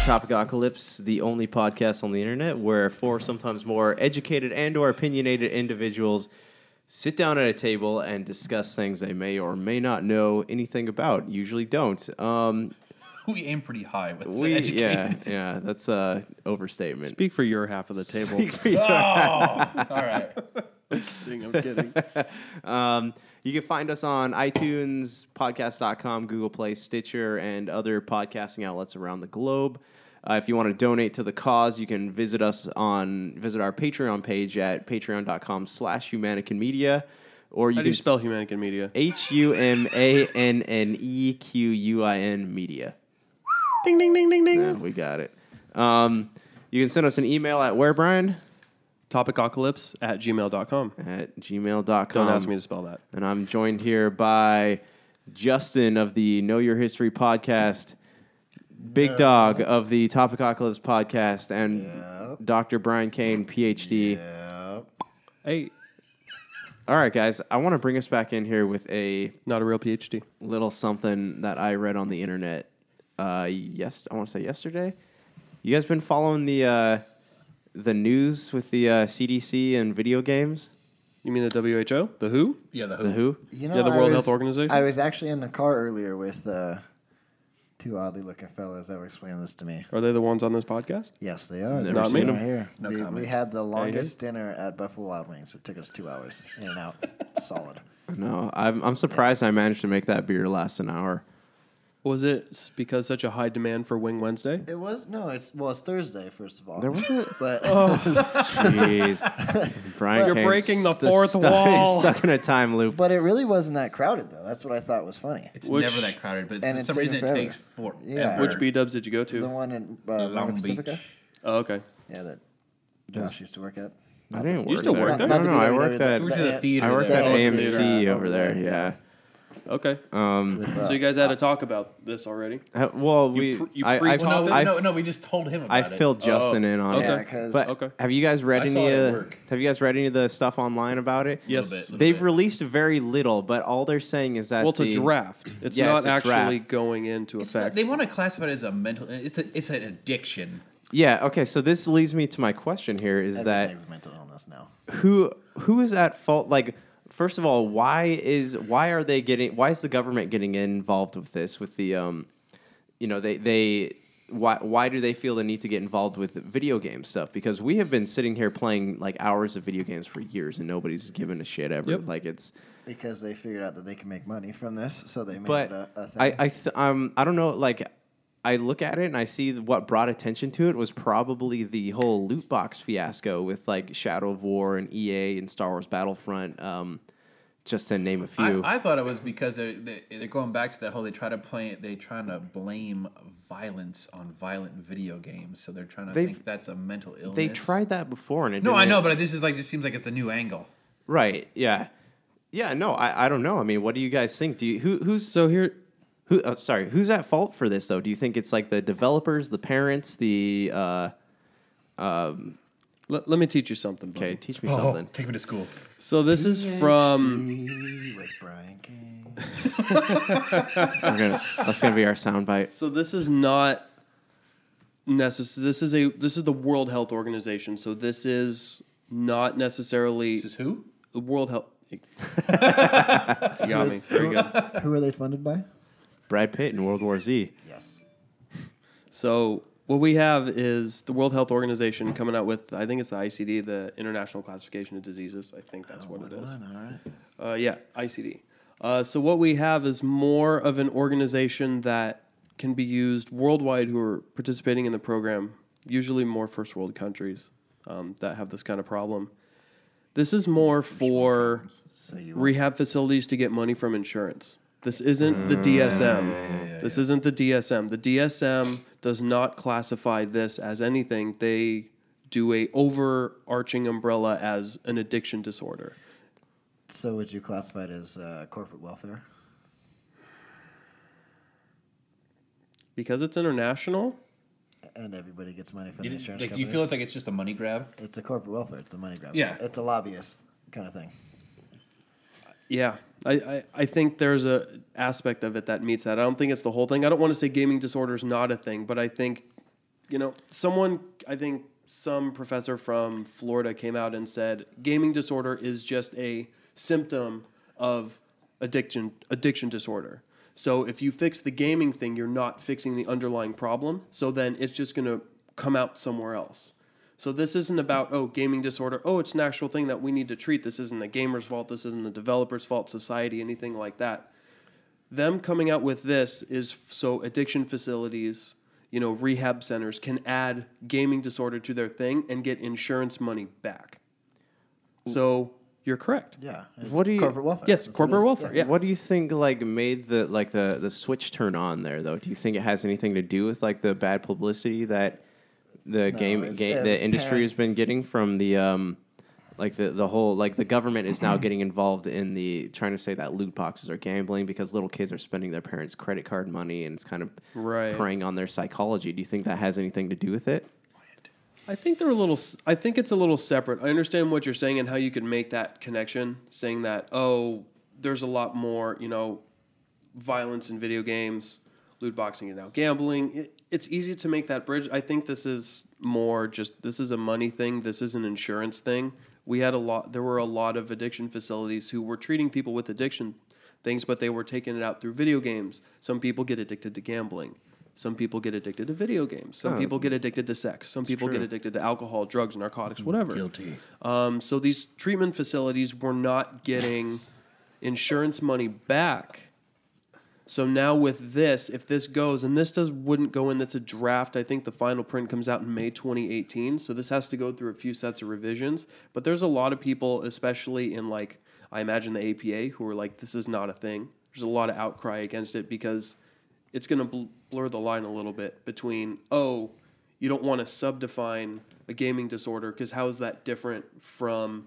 Topicocalypse, the only podcast on the internet where four sometimes more educated and or opinionated individuals sit down at a table and discuss things they may or may not know anything about. Usually don't. Um, we aim pretty high with we the educated. yeah yeah that's a overstatement. Speak for your half of the table. Oh, all right. I'm kidding. Um, you can find us on iTunes, podcast.com, Google Play, Stitcher, and other podcasting outlets around the globe. Uh, if you want to donate to the cause, you can visit us on visit our Patreon page at patreon.com slash humanican media. Or you How can do you spell s- Humanican Media? H U M A N N E Q U I N media. Ding, ding, ding, ding, ding. Yeah, we got it. Um, you can send us an email at where Brian Topicocalypse at gmail.com. at gmail.com. Don't ask me to spell that. And I'm joined here by Justin of the Know Your History podcast, Big Dog of the Topicocalypse podcast, and Dr. Brian Kane, PhD. Hey, All right, guys, I want to bring us back in here with a not a real PhD. little something that I read on the internet. Uh, yes, I want to say yesterday. You guys been following the uh, the news with the uh, CDC and video games? You mean the WHO? The WHO? Yeah, the who. The WHO? You know, Yeah, the I World was- Health Organization? I was actually in the car earlier with uh, two oddly looking fellows that were explaining this to me. Are they the ones on this podcast? Yes, they are. Never They're seen sitting 'em. right here. No we, comment. we had the you longest dinner at Buffalo Wild Wings. It took us two hours in and out. Solid. No, I'm I'm surprised I managed to make that beer last an hour. Was it s- because such a high demand for Wing Wednesday? It was no, it's well, it's Thursday first of all. There Oh. wasn't- but Jeez. Brian You're Kane's breaking the st- fourth stuck- wall. He's stuck in a time loop. but it really wasn't that crowded though. That's what I thought was funny. It's Which- never that crowded, but And for it's some taken reason it forever. takes forever. Yeah. Which B dubs did you go to? The one in uh, Long Long Beach. Beach. oh, okay. Yeah, that Josh used to work at. I didn't work. You still there. work there? No, Not no, the I BWW, worked the- at We were to the Yeah. theater. I worked there. at That was the, AMC uh, over there. Yeah. Okay. Um. With, uh, so you guys had a talk about this already. uh, Well, we. pre- you I, I, pre-talked Well, no, I, no, no, we just told him about I it. filled Justin Oh, in on okay. Yeah, it. 'cause- But Okay. have you guys read I saw any? it at Uh, work. have you guys read any of the stuff online about it? Yes. bit, little They've bit. released very little, but all they're saying is that Well, it's the- a draft. It's Yeah, not it's a actually draft. going into It's effect. not- they want to classify it as a mental. It's a, it's an addiction. Yeah. Okay. So this leads me to my question here: is that everything's mental illness now? who who is at fault like first of all why is why are they getting why is the government getting involved with this with the um you know they they why why do they feel the need to get involved with video game stuff because we have been sitting here playing like hours of video games for years and nobody's given a shit ever Yep. like it's Because they figured out that they can make money from this, so they made but it a, uh, a thing. I I th- um I don't know like I look at it and I see what brought attention to it was probably the whole loot box fiasco with like Shadow of War and EA and Star Wars Battlefront, um, just to name a few. I, I thought it was because they're they- they're going back to that whole they try to play they trying to blame violence on violent video games, so they're trying to They've- think that's a mental illness. they tried that before and it No, didn't- I know, but this is like just seems like it's a new angle. right? Yeah, yeah. No, I, I don't know. I mean, what do you guys think? Do you who who's so here, who? Oh, sorry, who's at fault for this though? Do you think it's like the developers, the parents, the uh, let, let me teach you something. buddy. okay? Teach me Oh. something. take me to school. So this is from. with Brian King. We're gonna, that's gonna be our soundbite. So this is not necessary. This is a this is the World Health Organization. So this is not necessarily This is who? the World Health. you got me. Very good. Who are they funded by? Brad Pitt in World War Z. Yes. So what we have is the World Health Organization coming out with I think it's the ICD, the International Classification of Diseases. Oh, I think that's what it is. All right. Uh, yeah, ICD. Uh, so what we have is more of an organization that can be used worldwide who are participating in the program, usually more first world countries um, that have this kind of problem. This is more for So you rehab facilities to get money from insurance. This isn't Mm, the DSM. This isn't the DSM. The DSM does not classify this as anything. They do a overarching umbrella as an addiction disorder. So would you classify it as uh, corporate welfare? because it's international. And everybody gets money from You, the like, insurance do you companies? feel it's like it's just a money grab? it's a corporate welfare. It's a money grab. Yeah. It's, it's a lobbyist kind of thing. Yeah, I, I, I think there's a aspect of it that meets that. I don't think it's the whole thing. I don't want to say gaming disorder is not a thing, but I think you know, someone, I think some professor from Florida came out and said gaming disorder is just a symptom of addiction addiction disorder. So if you fix the gaming thing, you're not fixing the underlying problem. So then it's just going to come out somewhere else. So this isn't about oh gaming disorder. Oh, it's an actual thing that we need to treat. This isn't a gamer's fault. This isn't a developer's fault. Society, anything like that them coming out with this is f- so addiction facilities, you know, rehab centers can add gaming disorder to their thing and get insurance money back. So you're correct. Yeah. it's What do you- corporate welfare? Yes, That's what it corporate is. welfare. Yeah. What do you think like made the like the the switch turn on there though? Do you think it has anything to do with like the bad publicity that the game, it's- ga- it was the industry parents- has been getting from the um like the the whole like the government is now getting involved in the trying to say that loot boxes are gambling because little kids are spending their parents' credit card money and it's kind of Right. preying on their psychology. Do you think that has anything to do with it? I think they're a little. s- I think it's a little separate. I understand what you're saying and how you can make that connection, saying that oh, there's a lot more, you know, violence in video games, loot boxing, and now gambling. It, it's easy to make that bridge. I think this is more just this is a money thing. This is an insurance thing. We had a lot. There were a lot of addiction facilities who were treating people with addiction things, but they were taking it out through video games. Some people get addicted to gambling. Some people get addicted to video games. Some Oh, people get addicted to sex. Some people get true. Mm, addicted to alcohol, drugs, narcotics, whatever. Guilty. Um, so these treatment facilities were not getting insurance money back. So now with this, if this goes, and this does wouldn't go in, that's a draft. I think the final print comes out in May 2018. So this has to go through a few sets of revisions. But there's a lot of people, especially in like I imagine the APA, who are like, this is not a thing. There's a lot of outcry against it because it's going to bl- blur the line a little bit between oh, you don't want to subdefine a gaming disorder because how is that different from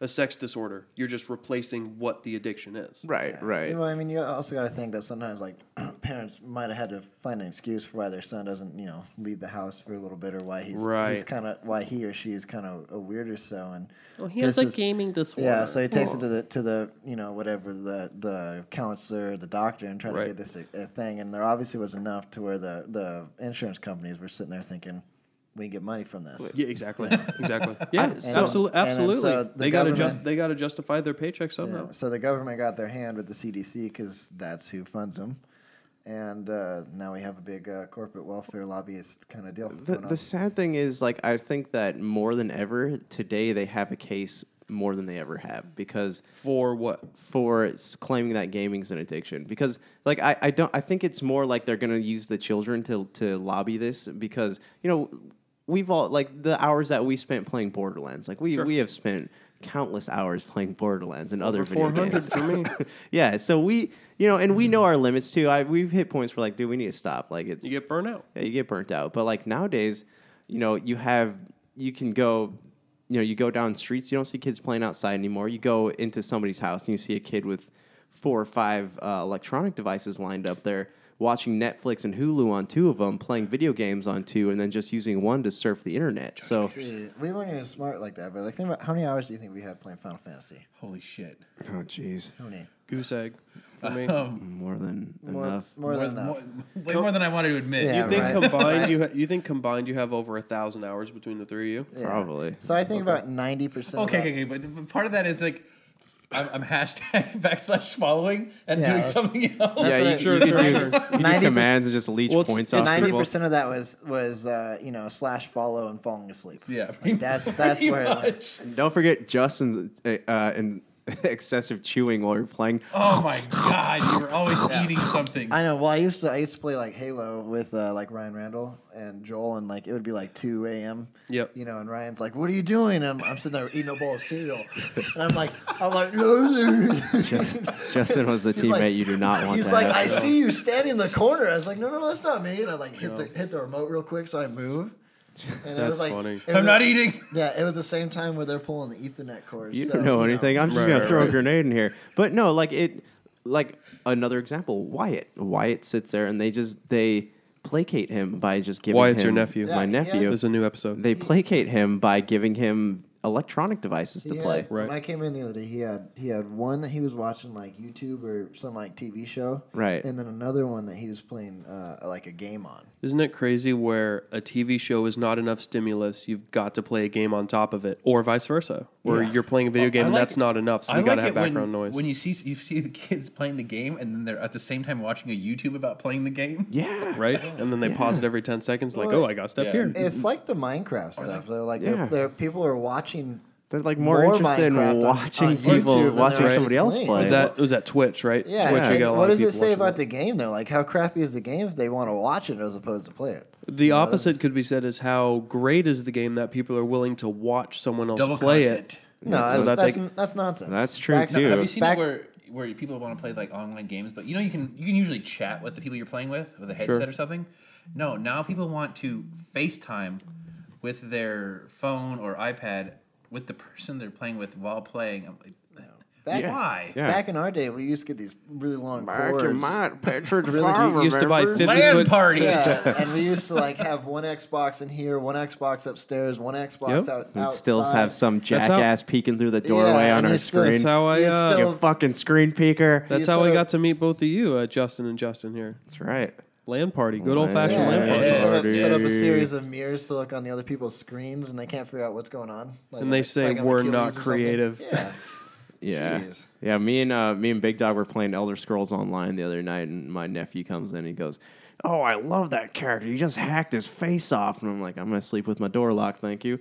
a sex disorder? You're just replacing what the addiction is. Right, Yeah. Well, I mean, you also got to think that sometimes, like, parents might have had to find an excuse for why their son doesn't, you know, leave the house for a little bit, or why he's he's Right. kind of why he or she is kind of a weird or so. And Well, he has this a is- gaming disorder. Yeah, so he takes it to the to the you know whatever the the counselor, the doctor, and trying Right. to get this a, a thing. And there obviously was enough to where the the insurance companies were sitting there thinking, we can get money from this. Yeah, exactly, exactly. Yeah, so- absolutely, and then absolutely. so the they got to government- just they got to justify their paycheck somehow. Yeah, so the government got their hand with the CDC because that's who funds them. And uh, now we have a big uh, corporate welfare lobbyist kind of deal. The, going on. the sad thing is, like, I think that more than ever today, they have a case more than they ever have because For what? for s- claiming that gaming's an addiction. Because, like, I, I don't, I think it's more like they're gonna use the children to to lobby this because you know we've all like the hours that we spent playing Borderlands, like we we have spent countless hours playing Borderlands and other Over video four hundred games. for me. yeah, so we you know, and we know our limits too. I we've hit points where like, dude, we need to stop. Like, it's You get burnt out. yeah, you get burnt out. But like nowadays, you know, you have you can go, you know, you go down streets, you don't see kids playing outside anymore. You go into somebody's house and you see a kid with four or five uh, electronic devices lined up there, watching Netflix and Hulu on two of them, playing video games on two, and then just using one to surf the internet. So See, we weren't even smart like that, but like, think about how many hours do you think we had playing Final Fantasy? Holy shit. oh jeez, How many? Goose egg. For me. Um, more than More, enough. more than enough. more, way more than I wanted to admit. Yeah, you think right. combined you ha- you think combined you have over a thousand hours between the three of you? Yeah. Probably. So I think about ninety percent. Okay, okay, okay, but but part of that is like, I'm, I'm hashtag backslash following and Yeah, doing that's- something else. yeah, you, what I- sure, Sure, you, sure, sure, you, sure. you do 90% commands and just leech Well, it's- points it's off Ninety people. percent of that was was uh, you know slash follow and falling asleep. Yeah, Like, that's that's pretty where it went. much. And don't forget Justin's uh, uh, and excessive chewing while you're playing. Oh my god, you were always eating something. I know. Well, I used to I used to play like Halo with uh, like Ryan Randall and Joel, and like it would be like two a.m. Yep. You know, and Ryan's like, "What are you doing?" And I'm, I'm sitting there eating a bowl of cereal, and I'm like, I'm like, no. Justin was the He's teammate like- you do not want. He's to like, have. I see you standing in the corner. I was like, no, no, no, that's not me. And I like hit the hit the remote real quick, so I move. And it That's was like, funny. it was I'm not e- the- eating. Yeah, it was the same time where they're pulling the Ethernet cords. You so, don't know you anything. I'm just Right, gonna right, throw a right. grenade in here. But no, like it, like another example, Wyatt. Wyatt sits there and they just they placate him by just giving Wyatt's your him- nephew. my Yeah, yeah. nephew. There's a new episode. They placate him by giving him electronic devices to He play. had- Right. When I came in the other day, he had he had one that he was watching like YouTube or some like TV show, Right. And then another one that he was playing uh, like a game on. Isn't it crazy where a TV show is not enough stimulus? You've got to play a game on top of it, or vice versa, where Yeah. you're playing a video Well, Oh, game I and like- that's not enough, so I you got to like have it when- background noise. When you see you see the kids playing the game and then they're at the same time watching a YouTube about playing the game. Yeah. right? And then they pause it every 10 seconds, like, Well, oh, I got to step yeah. here. It's like the Minecraft stuff. They're like Yeah. they're, they're, people are watching. They're like more, More interested Minecraft on- in watching on people, YouTube than they watching are somebody else playing. play. Is that, it was that Twitch, right? Yeah. Twitch, and you got a lot what of does it people say watching about it. the game though? Like how crappy is the game if they want to watch it as opposed to play it? The opposite could be said is how great is the game that people are willing to watch someone else Double play content. it. No, So that's that's that's, like- n- that's nonsense. That's true, No, have too. you seen back- it where where people want to play like online games, but you know you can you can usually chat with the people you're playing with with a headset or something. No, now people want to FaceTime with their phone or iPad with the person they're playing with while playing. I'm like, Back- why? Yeah. Back in our day, we used to get these really long cords. picture the farm, You used to buy 50 Land foot- parties. Yeah, and we used to like have one Xbox in here, one Xbox upstairs, one Xbox Yep. out. We'd still outside. have some how- jackass peeking through the doorway Yeah, on and our it's still- screen. That's how I, it's uh, you still- fucking screen peeker. That's You how I said- got to meet both of you, uh, Justin and Justin here. That's right. Land party, good old yeah, fashioned Yeah. land and party. you set, up, parties. set up a series of mirrors to look on the other people's screens, and they can't figure out what's going on. Like, And they like- say like on we're Achilles not or something. creative. Yeah, Yeah. Jeez. Yeah, me and uh, me and Big Dog were playing Elder Scrolls Online the other night, and my nephew comes in and he goes, "Oh, I love that character. He just hacked his face off." And I'm like, "I'm gonna sleep with my door locked, thank you."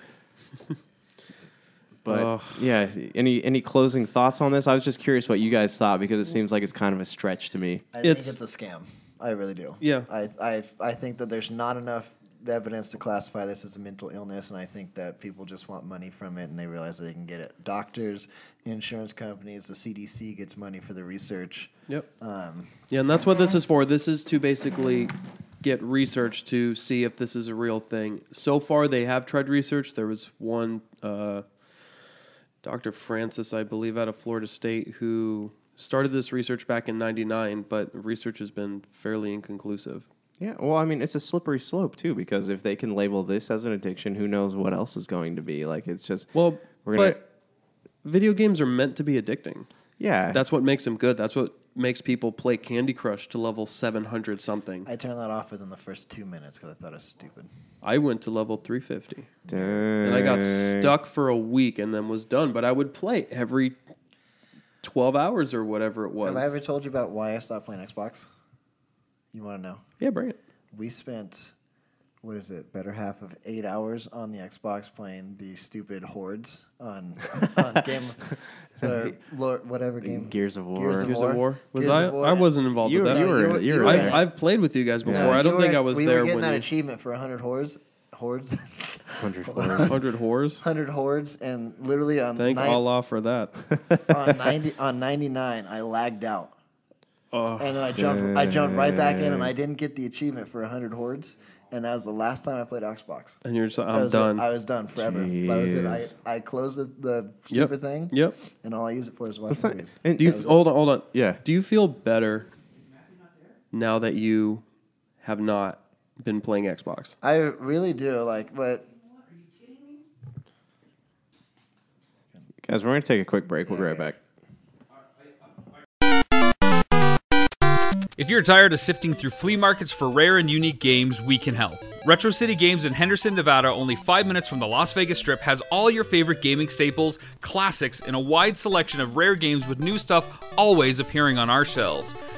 but Ugh. yeah, any any closing thoughts on this? I was just curious what you guys thought because it seems like it's kind of a stretch to me. I It's- think it's a scam. I really do. Yeah. I, I I think that there's not enough evidence to classify this as a mental illness, and I think that people just want money from it, and they realize they can get it. Doctors, insurance companies, the CDC gets money for the research. Yep. Um, Yeah, and that's what this is for. This is to basically get research to see if this is a real thing. So far, they have tried research. There was one, uh, Dr. Francis, I believe, out of Florida State, who started this research back in 99, but research has been fairly inconclusive. Yeah, well, I mean, it's a slippery slope too because if they can label this as an addiction, who knows what else is going to be? Like, it's just Well, We're gonna- but video games are meant to be addicting. yeah, That's what makes them good. That's what makes people play Candy Crush to level 700 something. I turned that off within the first two minutes because I thought it was stupid. I went to level 350. and and I got stuck for a week and then was done. But I would play every twelve hours or whatever it was. Have I ever told you about why I stopped playing Xbox? You want to know? yeah, bring it. We spent, what is it, better half of eight hours on the Xbox playing the stupid hordes on, on game, or Lord, whatever game. Gears of War. Gears of Gears War. of War. Was Gears I? of War. I wasn't involved You with that. were- you were- you were in I've, it. I've played with you guys before. No, I you don't think were- I was we there were getting when that you achievement for 100 hordes. Hordes? Hundred 100 whores. 100 hordes, and literally on, Thank nine- Allah for that. on, 90, on 99, I lagged out. Oh, And then I jumped, I jumped right back in, and I didn't get the achievement for 100 hordes, and that was the last time I played Xbox. and you're just That I'm was it. done. I was done forever. That was it. Jeez. I, I closed the, the Yep. stupid thing. Yep. And all I use it for is watching movies. And Do you hold on? Hold on. Yeah. Do you feel better now that you have not been playing Xbox? I really do like, but guys, we're gonna take a quick break. We'll be right back. If you're tired of sifting through flea markets for rare and unique games, we can help. Retro City Games in Henderson, Nevada, only five minutes from the Las Vegas Strip, has all your favorite gaming staples, classics, and a wide selection of rare games with new stuff always appearing on our shelves.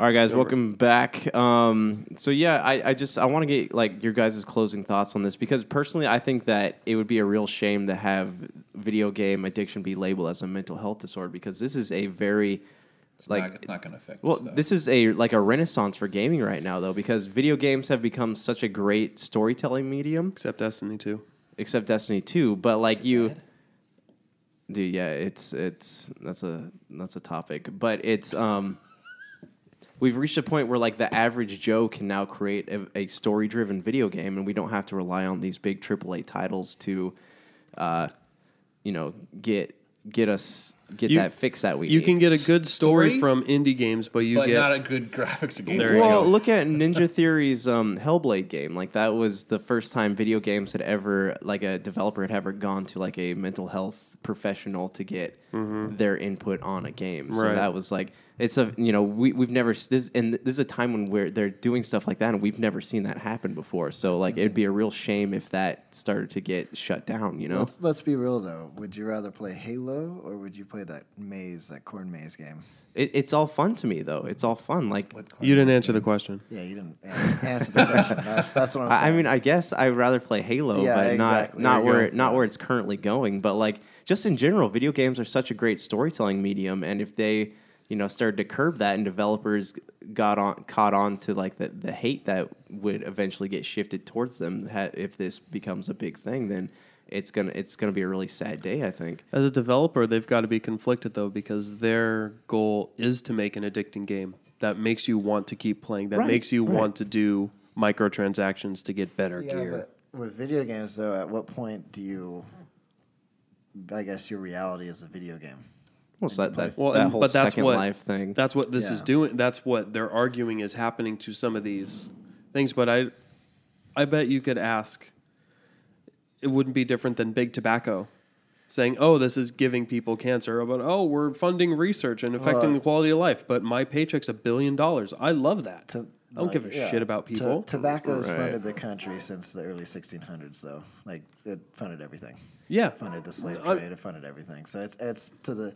All right, guys, welcome back. Um, so yeah, I, I just I want to get like your guys' closing thoughts on this because personally, I think that it would be a real shame to have video game addiction be labeled as a mental health disorder because this is a very It's like not, it's not going to affect. Well, us, though. this is a like a renaissance for gaming right now, though, because video games have become such a great storytelling medium. Except Destiny 2. Except Destiny Two, but like you, dude, yeah, it's it's that's a that's a topic, but it's um, we've reached a point where like the average Joe can now create a, a story driven video game, and we don't have to rely on these big AAA titles to, uh, you know, get get us get You- that fix that we You need. can get a good story, Story? from indie games, but you but get not a good graphics or game. There you play. well, look at Ninja Theory's um, Hellblade game. Like that was the first time video games had ever, like a developer had ever gone to like a mental health professional to get their input on a game. So Mm-hmm. Right. that was like it's a you know we we've never s- this and this is a time when we're they're doing stuff like that and we've never seen that happen before. So like it'd be a real shame if that started to get shut down. You know, Let's let's be real though. Would you rather play Halo or would you play that maze, that corn maze game? it, it's all fun to me though. It's all fun. Like you didn't answer the question. Yeah, you didn't an- answer the question. That's, that's what I'm saying. I, I mean, I guess I'd rather play Halo, Yeah, but exactly. not not There you where go. it- not where it's currently going. But like just in general, video games are such a great storytelling medium, and if they you know started to curb that and developers got on caught on to like the, the hate that would eventually get shifted towards them ha- if this becomes a big thing then it's gonna it's gonna be a really sad day i think As a developer, they've got to be conflicted though because their goal is to make an addicting game that makes you want to keep playing, that Right, makes you right. want to do microtransactions to get better yeah, gear. but with video games though, at what point do you? I guess your reality is a video game. well, so that, that's, Well, that and- whole but that's second what- life thing That's what this is Yeah. doing. That's what they're arguing is happening to some of these things. But I, I bet you could ask. It wouldn't be different than big tobacco, saying, "Oh, this is giving people cancer," but oh, we're funding research and affecting Well, the quality of life. But my paycheck's a billion dollars. I love that. To- I don't like, give a yeah. shit about To- people. tobacco has Right. funded the country since the early 1600s, though. Like it funded everything. yeah, funded the slave I- trade. It funded everything. So it's it's to the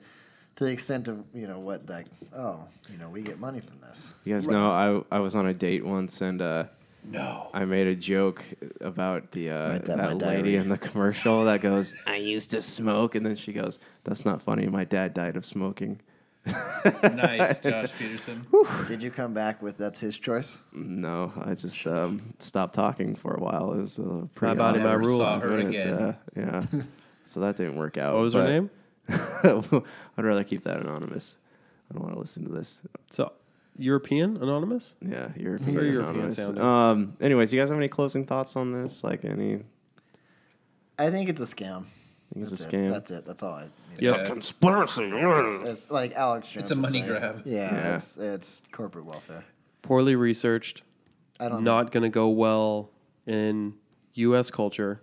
to the extent of you know what like oh you know we get money from this. you guys know I, I was on a date once and uh No. I made a joke about the uh, Write that that, in my lady diary. in the commercial that goes, "I used to smoke," and then she goes, "That's not funny. My dad died of smoking." nice, Josh Peterson. Did you come back with that's his choice? No, I just um, stopped talking for a while. It was uh, pretty. body, my awkward. rules. Saw her It's, again. uh, yeah, so that didn't work out. what was her but- name? I'd rather keep that anonymous. I don't want to listen to this. So European anonymous. Yeah, European. Very European anonymous. sounding. Um. Anyways, you guys have any closing thoughts on this? Like any? I think it's a scam. think it's a That's it. scam. That's it. That's all. I mean. Yep. Conspiracy. It's, it's like Alex. Jones a was money saying. grab. Yeah, Yeah. It's, it's corporate welfare. Poorly researched. I don't not going to go well in U.S. culture.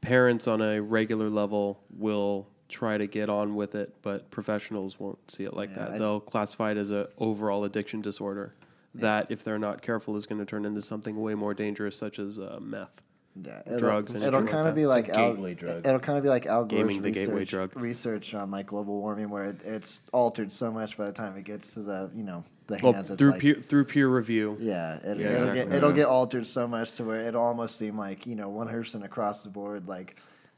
Parents on a regular level will try to get on with it, but professionals won't see it like Yeah, that. I- They'll classify it as a overall addiction disorder that, if they're not careful, is going to turn into something way more dangerous, such as uh, meth. Know. Yeah, it'll, drugs and It'll shit like kind that. of be It's a like Al, gateway drug. It'll kind of be like Al Gore's Gaming the research, gateway drug. research on like global warming, where it, it's altered so much by the time it gets to the you know the hands. Well, it's through like, peer, through peer review, Yeah, it, Yeah, it'll exactly. get it'll Yeah. get altered so much to where it almost seem like you know one person across the board, like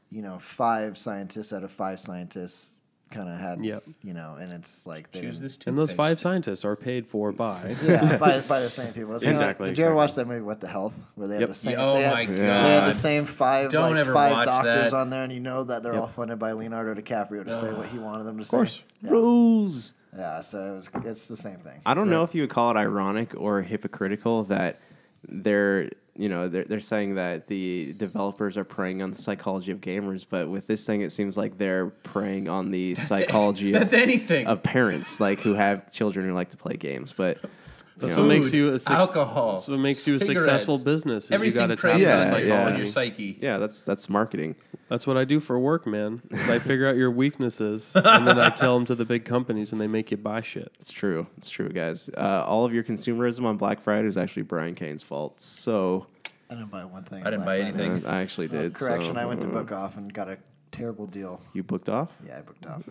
you know five scientists out of five scientists kind of had Yep. you know, and it's like they Choose didn't- this and those five toothpaste. scientists are paid for by. yeah by, by the same people. It's kinda like- Exactly, did you exactly. ever watch that movie What the Health, where they Yep. had the same? Oh they had, my They had the God. same five Don't like, ever five watch doctors that. on there, and you know that they're all funded by Leonardo DiCaprio to say what he wanted them to say. Yeah. Rules. yeah, so it was, it's the same thing. I don't know if you would call it ironic or hypocritical that they're you know they're they're saying that the developers are preying on the psychology of gamers, but with this thing it seems like they're preying on the psychology That's of, anything. of parents like who have children who like to play games. But you That's know, what makes Food, you a suc- alcohol, That's what makes you a successful cigarettes. business. Is you Everything got to tap preys Yeah, on yeah. the psychology, psychology. your psyche. yeah, that's that's marketing. That's what I do for work, man. is I figure out your weaknesses, and then I tell them to the big companies, and they make you buy shit. It's true. It's true, guys. Uh, all of your consumerism on Black Friday is actually Brian Kane's fault. So I didn't buy one thing. I didn't buy Black Friday. uh, anything. I actually Uh, did. correction, so, I went to uh, book off and got a terrible deal. You booked off. Yeah, I booked off.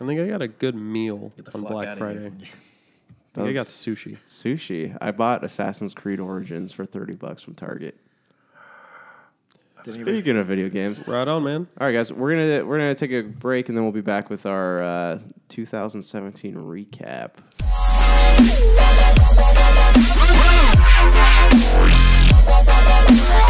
I think I got a good meal Get the on fuck Black outta here. Friday. I think That I was- got sushi. Sushi. I bought Assassin's Creed Origins for 30 bucks from Target. Speaking of video games. Right on, man. All right guys, we're going to we're going to take a break and then we'll be back with our uh, 2017 recap. Thank you.